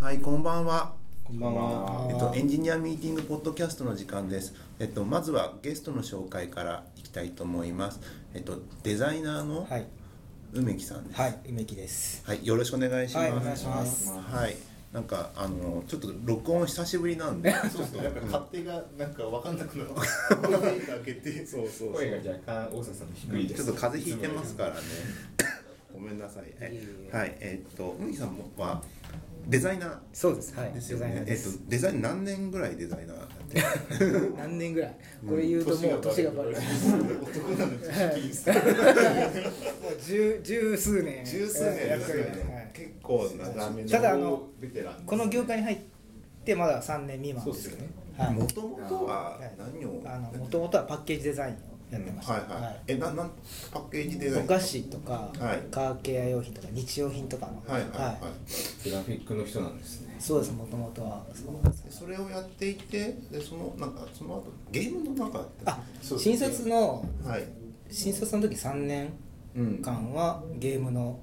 はい、こんばんは。こんばんえっは。と、エンジニアミーティングポッドキャストの時間です。えっと、まずはゲストの紹介からいきたいと思います。えっと、デザイナーのはい。梅木さんです。はい、梅木です。はい、よろしくお願いします。はいお願いしますはい、なんか、あの、ちょっと録音久しぶりなんで。そうそうなんか勝手がなんか分かんなくなって開けてそうそ う声が若干大瀬さんの低いでちょす。っと風邪ひいてますからね。ごめんなさい。いえいえはい、えっと、梅木さんもはデザイナー。そうです。はい。ですよデザイナねー。えでっとす。、デザイン何年ぐらいデザイナーやってる。 何年ぐらい？これ言うともう年がバレる。も男なの にう十十数年。十数年やでってするよんでねはい結構な長めただあのベテランこの業界に入ってまだ三年未満そうでですすよよねね。はい。もともとは何を。あの元々はパッケージデザインをやってました。はいはい、えななんパッケージデザインお菓子とか、はいカーケア用品とか日用品とかの、はいはいはい、グラフィックの人なんですね。そうです。元々はそうですでそれをやっていてでそのなんかその後ゲームの中ってあ、そう新卒のはい新卒の時三年うん間はゲームの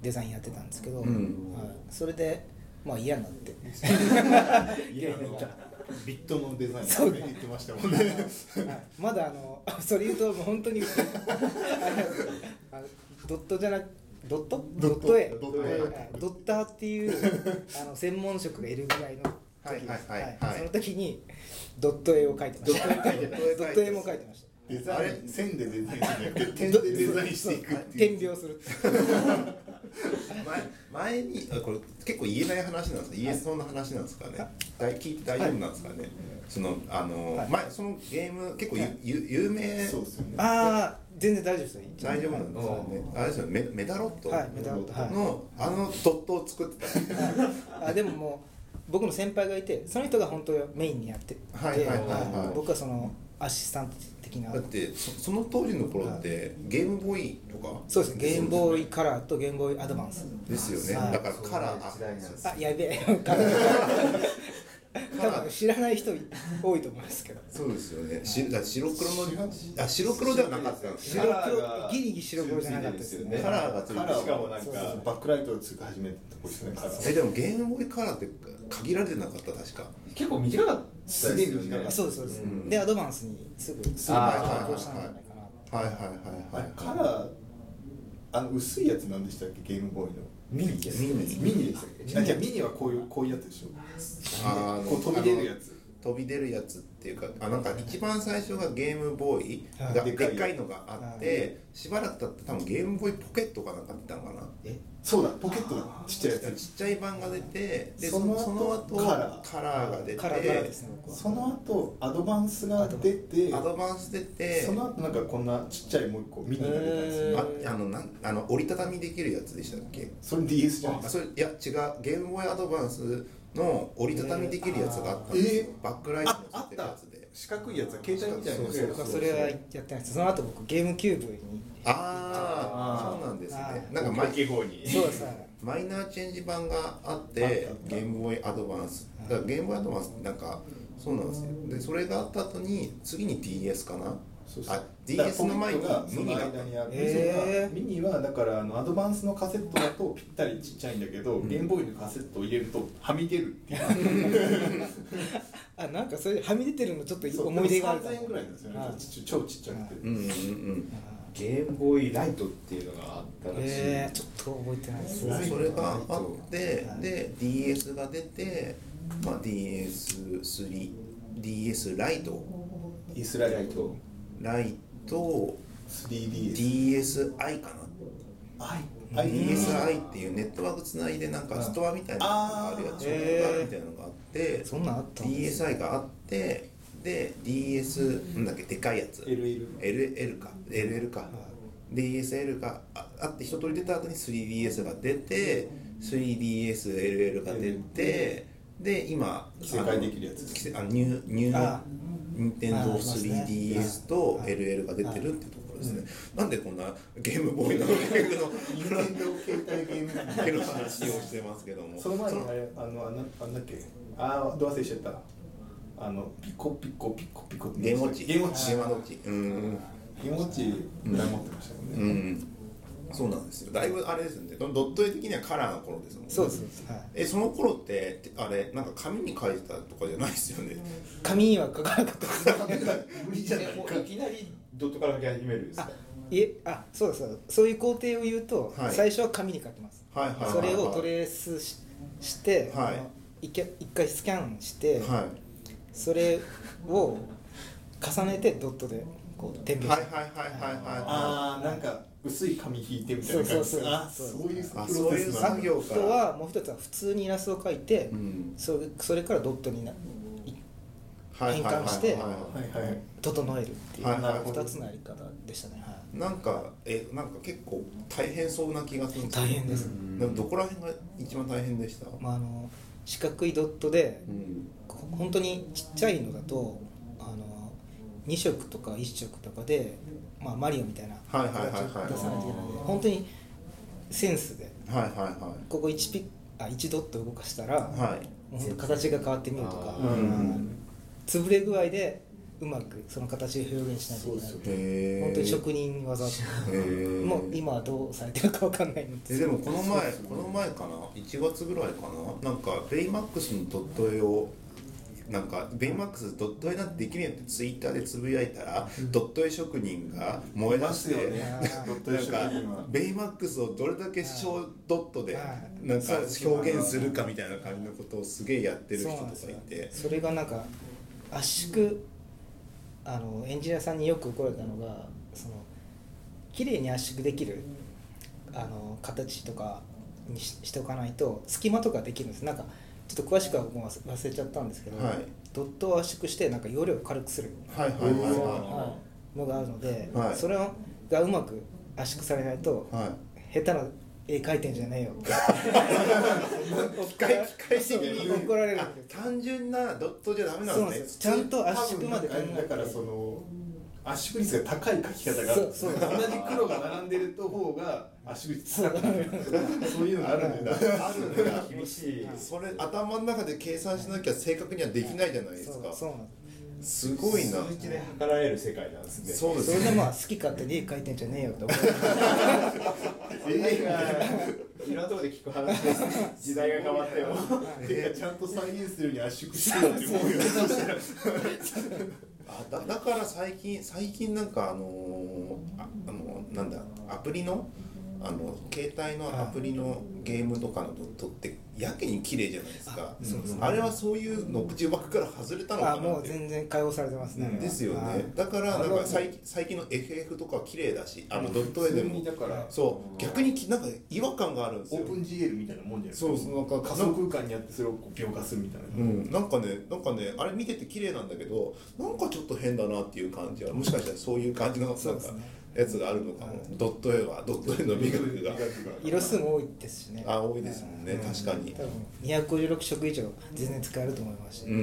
デザインやってたんですけど、うんはい、それでまあ嫌になっていやあのビットのデザインそう言ってましたもんねまだあの それ言うともう本当に あのドットじゃなくドットドドッットト絵ドット絵はいドッターっていうあの専門職がいるぐらいの時ですはいはいはいはいその時にドット絵を描いてましたドット絵も描いてましたデザイン線でデザインするんじゃなくて点でデザインしていくっていう点描する前前にあこれ結構言えない話なんですか言えそうな話なんですかね大聞いて大丈夫なんですかね、そのあの、はい前そのゲーム結構ゆ、ゆ有名そうですよねああ全然大丈夫ですよ大丈夫なんですよねあれですよねメメダロットの、はいメダロットはいあのドットを作ってたあでももう僕の先輩がいてその人が本当メインにやってて、はいはいはいはい僕はそのアシスタント的なだってそその当時の頃ってゲームボーイとかそうですねゲームボーイカラーとゲームボーイアドバンスですよねはいだからカラー時代なんです。あやべえ多分多分知らない人多いと思いますけどそうですよねしだから白黒の白あ白黒ではなかったんです白ねカラー黒がギリギリ白黒じゃなかったですよね白カラーがついカてるラーしかもなんんかかバックライトをつく始めたとこですねカラーえでもゲームボーイカラーって限られてなかった確か結構短かったですすげえ短いあそうですそうです、うんでアドバンスにすぐすぐあー対抗したんじゃないかなはいはいはいはいカラーあの薄いやつなんでしたっけゲームボーイのミニです。ミニミニでしたっけあじゃあミニはこういうこういうやつでしょあのこう飛び出るやつ飛び出るやつっていうかあなんか一番最初がゲームボーイはいがででっっかいかいのがあってしばらく経って多分ゲームボーイポケットかなんか出たのかなえ、そうだポケットだちっちゃいやちっつちゃい版が出てでそそののその後後カラーカラーが出てカラーカラーですね僕はその後アドバンスが出てアドバンス出てその後なんかこんなちっちゃいもう一個ミニが出たんですよへーああのなんあの折りたたみできるやつでしたっけそれ DS じゃないあですかそれいや違うゲームボーイアドバンスの折りたたみできるやつがあったんですよえーバックライトのつってるやつで四角いやつは携帯みたいなやつ僕はそれはやってないですその後僕ゲームキューブにああそうなんですねあーなんかママイイ方に。そうですマイナーチェンジ版があっあってたあったゲームボーイアドバンスだからゲームボーイアドバンスってなんかそうなんですよでそれがあった後に次に DS かなそうそうあ DS の前にだからポケッミニトががあったその間にあって、へーそのミニはだからあのアドバンスのカセットだとぴったりちっちゃいんだけど、ゲームボーイのカセットを入れるとはみ出るっていうあなんかそれはみ出てるのちょっと思い出があるでも3000円ぐらいなんですよねはいちっちゃい超ちっちゃくて、うんうんうんゲームボーイライトっていうのがあったらしい。えー、ちょっと覚えてないですそうそれがあはってで DS が出て、まあ、DS3DS ライトイスラエルとライト 3DS DSi かはいな DSi っていうネットワークつないでなんかストアみたいなのがあるやつあーショップがあるみたいなのがあってそんなんあったんですね DSi があってで DS なんだっけでかいやつ LL LL か LL か DSL がああって一通り出た後に 3DS が出て 3DSLL が出てで今着せ替えできるやつ着せあニューニューあ任天堂あありますね 3DS とはい LL が出てるってところですねなんでこんなゲームボーイのゲームの任天堂携帯ゲーム機ゲームの話をしてますけどもその前にあれあのあんなあんだっけああど忘れしちゃったあのピコピコピコピコってゲームウォッチゲームウォッチゲームウォッチうんゲームウォッチぐらい持ってましたもんうね、んそうなんですよだいぶあれですよねドット絵的にはカラーの頃ですもんねそうですそうです、はい、えその頃っててあれなんか紙に書いてたとかじゃないですよね紙には書かなかったです無理じゃないえもかういきなりドットから書き始めるんですかあいえあそうだそうだそういう工程を言うと、はい最初は紙に書きます、はいはいはいはいそれをトレースしして、はいあの一回一回スキャンして、はそれを重ねてドットでこう点い描はしいて、はいはいはいはああなんか薄い紙引いてみたいな感じそうそうそうあそういうあそういう作業あとはもう一つは普通にイラストを描いて、いうんそれそれからドットになはいはいはい変換してはいはいはい整えるっていうはいはい2つのやり方でしたね、はいなんかえなんか結構大変そうな気がするんですけど大変です、でもどこら辺が一番大変でした、まあ、あの四角いドットでうんこ本当にちっちゃいのだとあの2色とか1色とかで、まあ、マリオみたいなはいはいはいはい形を出さないといけないので本当にセンスではいはいはここ 1, ピあ1ドット動かしたら、いはいもう本当形が変わってみるとかあ、ーうん潰れ具合でうまくその形を表現しないといけないそうですへー本当に職人技へえもう今はどうされてるかわかんないんでえすでけどもこの前この前かな1月ぐらいかななんかベイマックスのドット絵をなんかベイマックスドット絵なんてできるよってツイッターでつぶやいたら、ドット絵職人が燃え出して、よねあードットな絵ん職か人はベイマックスをどれだけ小ドットではいなんか表現するかみたいな感じのことをすげえやってる人とかそういなんでてすよそれがなんか圧縮あのエンジニアさんによく怒られたのがその綺麗に圧縮できるあの形とかにししておかないと隙間とかできるんですなんかちょっと詳しくはもう忘れちゃったんですけど、はいドットを圧縮してなんか容量を軽くするはいはいはいははいのがあるので、はいそれがうまく圧縮されないと、いはい下手な絵描いてんじゃねえ よって機械機械的にそう怒られるあんですよ単純なドットじゃダメなそうんなんでですすよちゃんと圧縮まで考多分えだからてその圧縮率が高い書き方があるそうそう同じ黒が並んでると方が圧縮 率高いそういうのがあるんだあるんだ厳しいそれ頭の中で計算しなきゃ正確にはできないじゃないですかそうそうなんすごいな数値で測られる世界なんですねそうでですそすれでねまあ好き勝手に絵描いてんじゃねえよ って思ういろんなところで聞く話ですね時代が変わってもでちゃんと再現するように圧縮してるって思うよあだだから最近最近なんかあのーああのなんだアプリのあの携帯のアプリのゲームとかのドットってやけに綺麗じゃないですかあそうですねあれはそういうの口枠から外れたのかあなもっうて全然解放されてますね、ですよはいねだからなあんれかはもう最近最近の FF とかは綺麗だしあのドット絵で普も通にだからそう逆にきなんか違和感があるんですオよープン GL みたいなもんじゃないそうそうなんか仮想空間にあってそれをこう描画するみたいな、うん、なんかねなんかねあれ見てて綺麗なんだけどなんかちょっと変だなっていう感じはもしかしたらそういう感じのなんかそうですねやつがあるのかも、ドット絵はドット絵の美学が色数も多いですしねあ多いですもんね、確かに多分256色以上全然使えると思いますし、うんう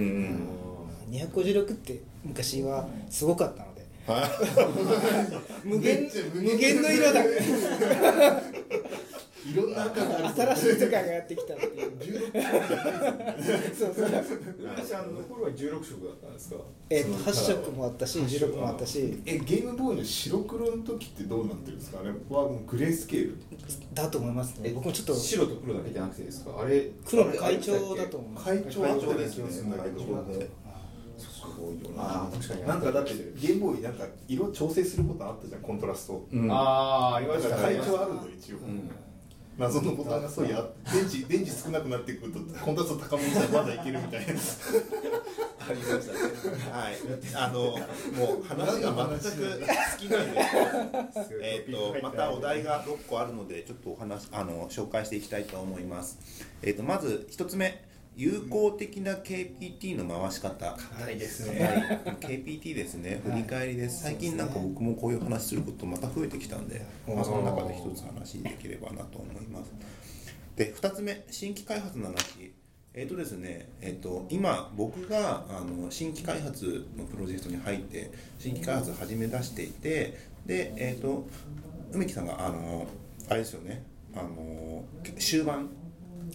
ん256って昔はすごかったのではい無限めっちゃ無限無限の色だいろんな赤がある新しい世界がやってきたっていう そうそう昔あの頃は16色だったんですかえっと8色もあったし16もあったしえゲームボーイの白黒の時ってどうなってるんですかあれはもうグレースケールだと思いますね僕もちょっと白と黒だけじゃなくてですかあれ黒の会長だと思う会長会会長長でですすねね会長ですすごいよあなあ確かになんかだってゲームボーイなんか色調整するボタンあったじゃんコントラスト、うんああーありまだしかたらね会長あるの一応、うん謎のボタンがそういや電池電池少なくなってくるとコントラスト高めにしたらまだいけるみたいなありましたねはいあのもう話が全く尽きないんですけどえー、とまたお題が6個あるのでちょっとお話あの紹介していきたいと思います、えー、とまず1つ目有効的な KPT の回し方ないですはい KPT ですね振り返りですは最い近なんかそうですね僕もこういう話することまた増えてきたんで、まあ、その中で1つ話できればなと思いますで2つ目新規開発の話えっ、とですね、えっと今僕があの新規開発のプロジェクトに入って新規開発を始め出していてでえっ、と梅木さんがあのあれですよねあの終盤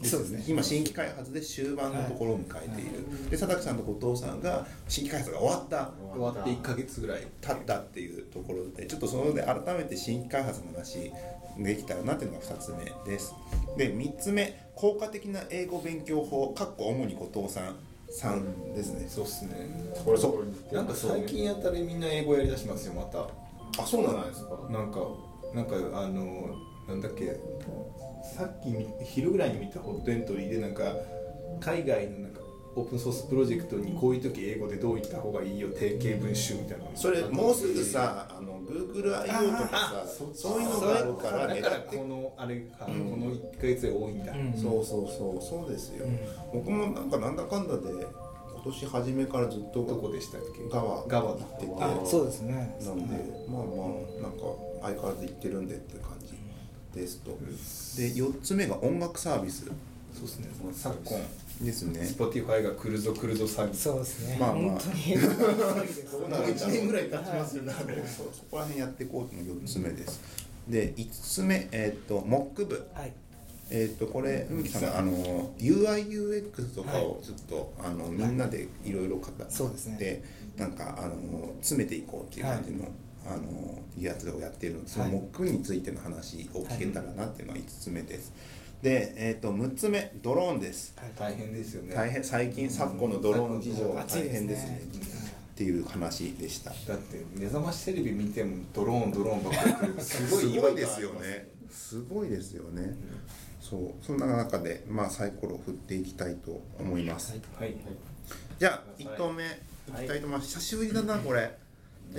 そうですね今新規開発で終盤のところを迎えている、で佐竹さんと後藤さんが新規開発が終わった終わって1か月ぐらい経ったっていうところでちょっとそので改めて新規開発の話できたらなっていうのが2つ目ですで3つ目効果的な英語勉強法かっこ主に後藤さんさんですね、そうっすねこれそうなんか最近あたりみんな英語やりだしますよまたあそうなんですかなんかなんかあのなんだっけさっきみ昼ぐらいに見たホットエントリーでなんか海外のなんかオープンソースプロジェクトにこういう時英語でどう言った方がいいよ定型文集みたいなのそれもうすぐさあの GoogleIO とかさそういうのがあるからだねからだってこのあれあうんのこの1ヶ月で多いんだ、うんそうそうそうそうですよ、うん僕もなんかなんだかんだで今年初めからずっとどこでしたっけガワガワ行っててガあそうですねなんで、まあまあなんか相変わらず行ってるんでっていう感じですと、で4つ目が音楽サービスそうですね昨今ですね Spotify が来るぞ来るぞ詐欺そうですね、まあまあ本当にそうですもうなんか1年ぐらい経ちますよねそうそこら辺やっていこうというのが4つ目ですで5つ目えっ、とモック部はいえっ、とこれ海木さんがあの UIUX とかをはいずっと、あのみんなでいろいろ語って、そうですねなんかあの詰めていこうっていう感じの、あのやつをやっているのでそのはいモックについての話を聞けたらなっていうのが5つ目です、で、えっと6つ目ドローンです大変ですよね大変最近昨今のドローン事情は暑大いです変ねですねっていう話でしただって目覚ましテレビ見てもドローンドローンばっかりやってるすごい違和感ありますごいですよねそうそんな中でまあサイコロを振っていきたいと思います、はいはいじゃあ1投目いきたいと思います、久しぶりだなこれ